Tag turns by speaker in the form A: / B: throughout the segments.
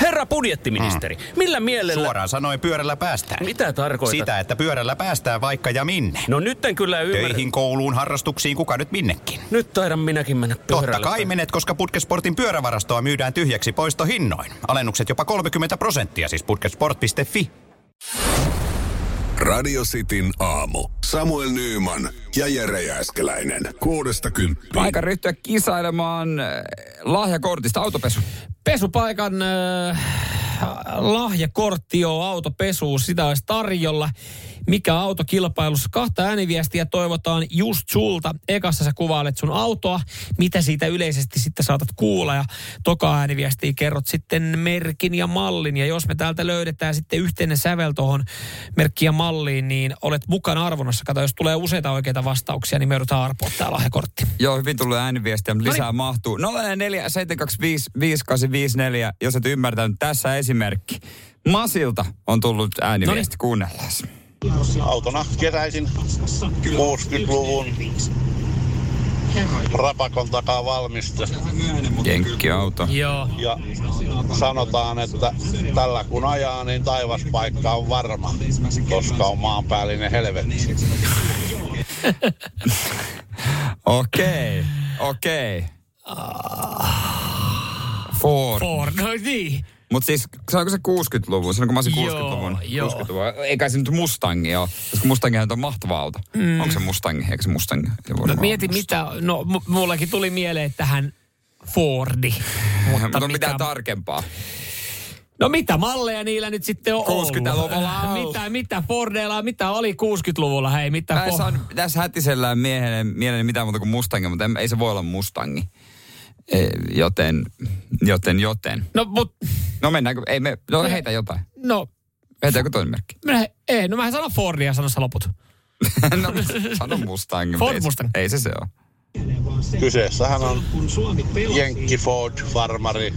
A: Herra budjettiministeri, mm. millä mielellä...
B: Suoraan sanoen pyörällä päästään.
A: Mitä tarkoitat?
B: Sitä, että pyörällä päästään vaikka ja minne.
A: No nyt en kyllä ymmärrä.
B: Töihin, kouluun, harrastuksiin, kuka nyt minnekin.
A: Nyt taidan minäkin mennä pyörällä.
B: Totta kai menet, koska Putkesportin pyörävarastoa myydään tyhjäksi poistohinnoin. Alennukset jopa 30 prosenttia, siis putkesport.fi.
C: Radio Cityn aamu. Samuel Nyyman ja Jere Jääskeläinen. Kuudesta kymppiin.
D: Aika ryhtyä kisailemaan äh, lahjakortista autopesu.
E: Pesupaikan äh, lahjakortti on autopesu, sitä olisi tarjolla. Mikä auto kilpailussa? Kahta ääniviestiä toivotaan just sulta. Ekassa sä kuvailet sun autoa, mitä siitä yleisesti sitten saatat kuulla. Ja toka ääniviestiä kerrot sitten merkin ja mallin. Ja jos me täältä löydetään sitten yhteinen sävel tuohon merkki ja malliin, niin olet mukana arvonnassa. Kato, jos tulee useita oikeita vastauksia, niin me joudutaan arpoa tää lahjakortti.
D: Joo, hyvin tulee ääniviestiä, mutta lisää mahtuu. 044 725 5854, jos et ymmärtänyt tässä esimerkki. Masilta on tullut ääniviesti, kuunnellaan.
F: Autona keräisin 60-luvun rapakon takaa valmista.
D: Jenkkiauto.
E: Joo.
F: Ja sanotaan, että tällä kun ajaa, niin taivaspaikka on varma, koska on maanpäällinen helvetti.
D: Okei, okei. Ford.
E: Ford, no Ah. niin.
D: Mutta siis, saako se 60-luvun? Silloin kun mä olisin
E: Joo,
D: 60-luvun.
E: joo.
D: 60-luvun. Eikä se nyt Mustangi ole, koska Mustangihan on mahtava auto. Mm. Onko se Mustangi? Eikö se Mustangi? Ei
E: No,
D: varmaan
E: mieti
D: ole Mustang.
E: mitä, no mu- mullakin tuli mieleen tähän Fordi.
D: Mutta,
E: Mutta
D: on mitään
E: mitä-
D: tarkempaa.
E: No mitä malleja niillä nyt sitten on
D: 60-luvulla
E: ollut?
D: ollut.
E: Mitä, mitä Fordeilla, mitä oli 60-luvulla, hei, mitä
D: Mä en
E: Fo-
D: saan tässä hätisellään miehelle, mieleen mitään muuta kuin Mustangi, mutta en, ei se voi olla Mustangi. E, joten, joten, joten.
E: No mut,
D: No mennäänkö, ei me, no heitä jotain.
E: no,
D: Heitä joku toinen merkki.
E: minä, ei, no mähän sanon Fordia, sano sä loput.
D: no, sano Mustangi.
E: Ford
D: mutta ei se-
E: Mustang.
D: Ei se se ole.
F: Kyseessähän on Jenkki Ford Farmari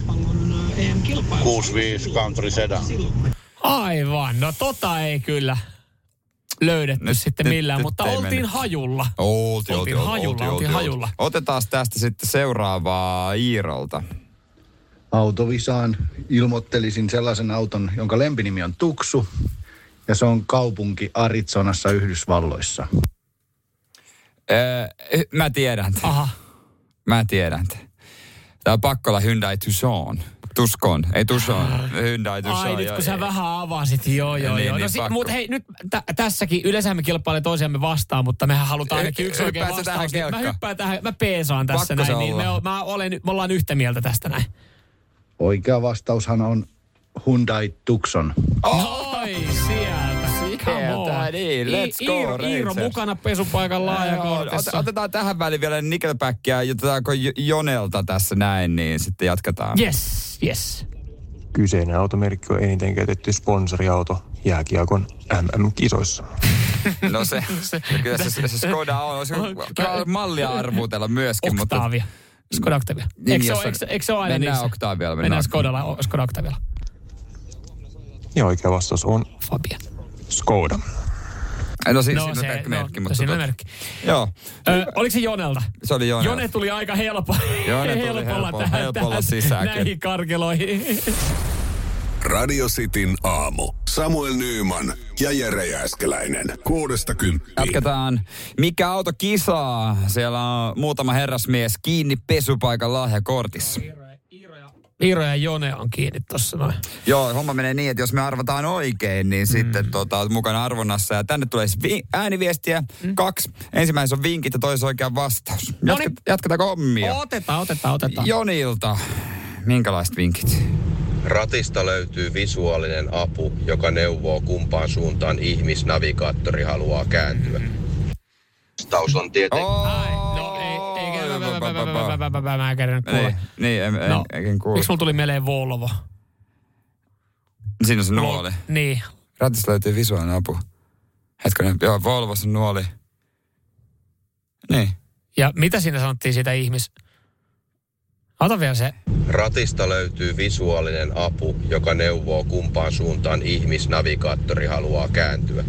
F: 65 Country Sedan.
E: Aivan, no tota ei kyllä löydetty
D: Nyt-
E: nyt, sitten
D: nyt-
E: millään,
D: nyt
E: mutta
D: ei
E: oltiin
D: mennyt.
E: hajulla.
D: Oltiin, oltiin,
E: Oltiin hajulla,
D: oltiin,
E: oltiin
D: oltiin,
E: hajulla.
D: Otetaan tästä sitten seuraavaa Iirolta.
G: autovisaan ilmoittelisin sellaisen auton, jonka lempinimi on Tuksu. Ja se on kaupunki Arizonassa Yhdysvalloissa.
D: Öö, mä tiedän tämän.
E: Aha,
D: Mä tiedän tämän. Tää on pakko olla Hyundai Tucson. Tuskon, ei Tucson. Hyundai Tucson.
E: ai nyt
D: joo,
E: kun
D: ei.
E: sä vähän avasit, joo joo
D: Niin,
E: joo.
D: niin,
E: No, si-
D: pakko.
E: mut hei, nyt tä- tässäkin, yleensä me kilpailemme toisiamme vastaan, mutta mehän halutaan ainakin yksi
D: Hy-
E: oikein
D: hyppäätkö
E: vastaus.
D: tähän
E: niin mä
D: kelkkaan?
E: hyppään tähän, mä peesaan tässä
D: Pakko se
E: näin, niin me,
D: olla.
E: o- mä olen, me ollaan yhtä mieltä tästä näin.
G: Oikea vastaushan on Hyundai Tucson.
E: Noi sieltä. Come on.
D: Oh! Sieltä, niin,
E: I-
D: let's go,
E: Iiro, Iiro
D: Rangers.
E: mukana pesupaikan
D: Ot-
E: laajakortissa.
D: Otetaan tähän väliin vielä Nickelbackia, otetaanko J- Jonelta tässä näin, niin sitten jatketaan.
E: Yes, yes.
H: Kyseinen automerkki on eniten käytetty sponsoriauto jääkiekon MM-kisoissa.
D: No se, kyllä se, se, se Skoda on, olisi kiva mallia arvuutella myöskin, mutta...
E: Octavia. Skoda Octavia.
D: Niin,
E: Eikö se
D: jos
E: ole-
D: on-
E: eikö se- eikö se ole aina
D: mennään
E: niissä?
D: Octavialla, mennään
E: Mennään Skodalla, o- Skoda Octavialla.
H: Ja oikea vastaus on
E: Fabia.
H: Skoda.
D: No siinä,
E: No
D: siinä
E: se-
D: on merkki,
E: no,
D: merkki, mutta...
E: siinä on
D: tota-
E: merkki.
D: Joo,
E: Ö, oliko se Jonelta?
D: se oli Jonelta.
E: Jone tuli aika helpo,
D: Jone tuli
E: helpolla,
D: helpo-
E: tähän,
D: helpolla
E: tähän,
D: sisään kyllä.
E: näihin karkeloihin.
C: Radio Cityn aamu. Samuel Nyyman ja Jere Jääskeläinen. Kuudesta kymppiin.
D: Jatketaan. Mikä auto kisaa? Siellä on muutama herrasmies kiinni pesupaikan lahjakortissa.
E: Iiro ja Jone on kiinni tossa noin.
D: Joo, homma menee niin, että jos me arvataan oikein, niin mm. sitten tota, oot mukana arvonnassa. Ja tänne tulee siis vi- ääniviestiä. Mm. Kaksi. Ensimmäisessä on vinkit ja toisessa oikea vastaus.
E: No
D: Jatka-
E: niin.
D: jatketaanko hommia?
E: Otetaan, otetaan, otetaan.
D: Jonilta. Minkälaiset vinkit?
I: Ratista löytyy visuaalinen apu, joka neuvoo kumpaan suuntaan ihmisnavigaattori haluaa kääntyä. Vastaus on tietenkin
D: Oh.
E: Ai, no ei, ei,
D: Joo,
E: mä-
D: pa-
E: mä-
D: pa-
E: mä-
D: pa-
E: mä- mä- mä- mä- mä- mä en kerännyt
D: Niin,
E: kuulla.
D: niin, en, en,
E: No,
D: en kuulu.
E: miksi mulla tuli mieleen Volvo?
D: Siinä on se nuoli.
E: Niin.
D: Ratista löytyy visuaalinen apu. Hetkinen, joo, Volvossa on nuoli. Niin.
E: Ja mitä siinä sanottiin siitä ihmis... Ota vielä se.
I: Ratista löytyy visuaalinen apu, joka neuvoo kumpaan suuntaan ihmisnavigaattori haluaa kääntyä.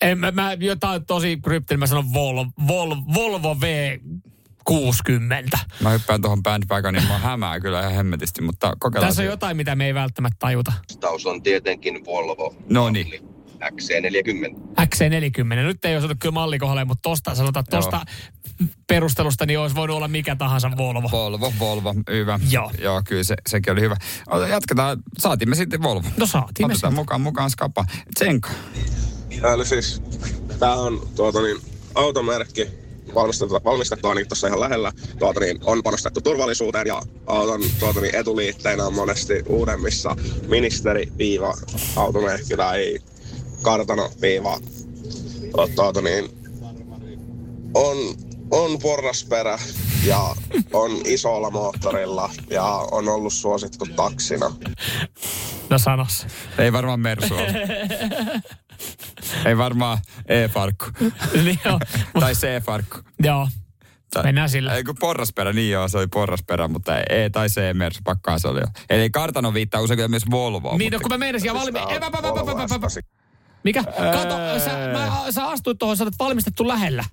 E: En, mä, mä, jotain tosi kryptin, mä sanon Vol, Vol, Volvo V 60.
D: Mä hyppään tuohon bandwagonin, mä hämää kyllä ihan hemmetisti, mutta kokeillaan.
E: Tässä on
D: se.
E: jotain, mitä me ei välttämättä tajuta.
I: Vastaus on tietenkin Volvo.
D: No niin.
I: XC40.
E: XC40. Nyt ei osattu kyllä mallikohdalle, mutta tosta sanotaan, että tosta perustelusta niin olisi voinut olla mikä tahansa Volvo.
D: Volvo, Volvo, hyvä.
E: Joo.
D: Joo, kyllä se, sekin oli hyvä. Ota, Jatketaan, saatiin me sitten Volvo.
E: No saatiin me
D: Otetaan mukaan, mukaan skapa. Tsenka.
J: Eli siis, tää on tuota niin, automerkki, valmistetaan, valmistetaan niin tuossa ihan lähellä. Tuota niin, on panostettu turvallisuuteen ja auton tuota niin, etuliitteinä on monesti uudemmissa ministeri-automerkki tai kartano-viiva. Tuota niin, on, on porrasperä ja on isolla moottorilla ja on ollut suosittu taksina.
E: No sanos.
D: Ei varmaan Mersu ollut. Ei varmaan E-farkku.
E: niin joo. Mut-
D: tai C-farkku.
E: joo.
D: Tai-
E: Mennään sillä.
D: Ei kun porrasperä, niin joo, se oli porrasperä, mutta E tai C Mersu, pakkaa se oli jo. Eli kartano viittaa usein kyllä myös Volvoon.
E: Niin, no
D: mutta...
E: kun mä meinasin ja valmi... Ei, mä- mä- mä- mä- mä- mä- mä- Mikä? Kato, sä, mä, sä astuit tuohon, sä olet valmistettu lähellä.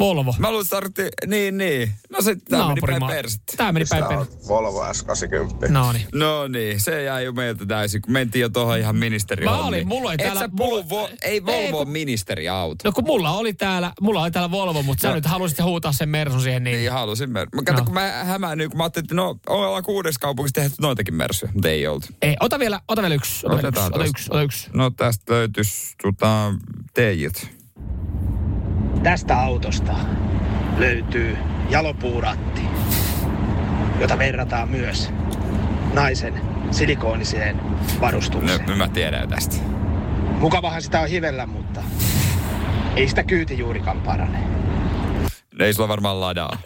E: Volvo.
D: Mä luulen, että tarvittiin... Niin, niin. No sitten tämä meni päin
E: Naapurimaa.
D: persettä.
E: Tää meni päin
J: Tää on
E: persettä.
J: Volvo S80.
E: No niin.
D: No niin, se jäi jo meiltä täysin, kun mentiin jo tuohon ihan ministeriin.
E: Mä olin, mulla ei
D: Et
E: täällä-
D: sä puhu,
E: mulla-
D: vo, ei
E: Ei,
D: Volvo
E: kun-
D: on ministeriauto.
E: No kun mulla oli täällä, mulla oli täällä Volvo, mutta sä nyt halusit huutaa sen Mersun siihen niin.
D: Niin halusin mer- Mä kato,
E: No.
D: kun mä hämäännyin, kun mä ajattelin, että no, ollaan kuudessa kaupungissa tehty noitakin mersyjä, mutta ei oltu.
E: Ei, ota vielä, ota vielä yksi. Ota, vielä yksi,
D: Otetaan
E: ota
D: tosta.
E: yksi, ota yksi.
D: No tästä löytyisi tota, teijät.
K: Tästä autosta löytyy jalopuuratti, jota verrataan myös naisen silikooniseen
D: No,
K: varustukseen.
D: nyt mä tiedän jo tästä.
K: Mukavahan sitä on hivellä, mutta ei sitä kyyti juurikaan parane.
D: No, Ei sulla varmaan ladaa.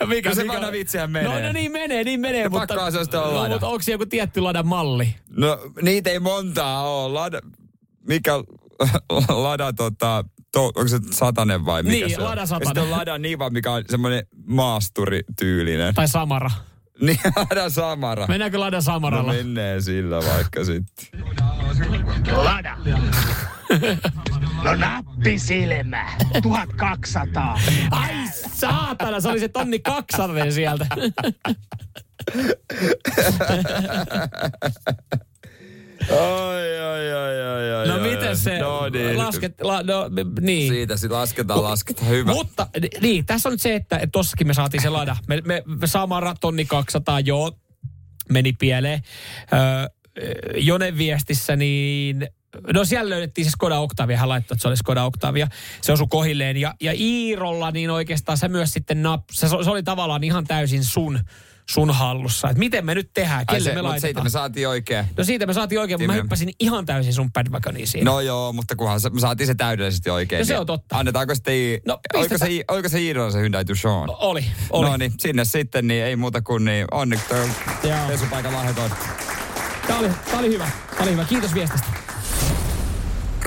E: Ja mikä,
D: No se vanha vitsihän menee.
E: No, no niin menee, niin menee.
D: No
E: mutta,
D: pakkohan se on sitä olla
E: no,
D: aina.
E: mutta onko se joku tietty ladan malli?
D: No niitä ei montaa ole. Lada, mikä lada tota, to, onko se satanen vai mikä
E: Niin,
D: se on?
E: Lada
D: Ja
E: satanen.
D: Sitten on lada niva, mikä on semmoinen maasturityylinen.
E: Tai Samara?
D: Niin, lada samara.
E: Mennäänkö ladan
D: No
E: Samaralla?
D: menee sillä vaikka sitten.
K: Lada. No nappisilmä. 1200.
E: Ai saatana, se oli se tonni 200 sieltä.
D: Ai, ai, ai, ai, ai.
E: No
D: ai, ai.
E: miten se?
D: No niin.
E: Lasket, la, no, m- niin.
D: Siitä sitten lasketaan, lasketaan. Hyvä.
E: Mutta ni- niin, tässä on nyt se, että et tossakin me saatiin se lada. Me, me, me Samara tonni 200, joo, meni pieleen. Öö, Jone viestissä, niin No siellä löydettiin se Skoda Octavia, hän laittoi, että se oli Skoda Octavia. Se osui kohilleen ja, ja Iirolla niin oikeastaan se myös sitten nap, se, se, oli tavallaan ihan täysin sun, sun hallussa. Et miten me nyt tehdään,
D: Ai
E: kelle
D: se,
E: me
D: mutta siitä
E: laitetaan?
D: me saatiin oikein.
E: No siitä me saatiin oikein, mutta mä
D: Timme.
E: hyppäsin ihan täysin sun bandwagoniin siinä.
D: No joo, mutta kunhan sa- me saatiin se täydellisesti oikein.
E: Niin. No se
D: niin
E: on totta.
D: Annetaanko sitten,
E: No,
D: no, oiko,
E: pistetään.
D: se, I- oiko se Iidolla se Hyundai Tucson?
E: Oli, oli.
D: No niin, sinne sitten, niin ei muuta kuin niin onneksi toi
E: Joo.
D: pesupaikan lahjaton.
E: Tää oli, tää oli hyvä, tää oli hyvä. Kiitos viestistä.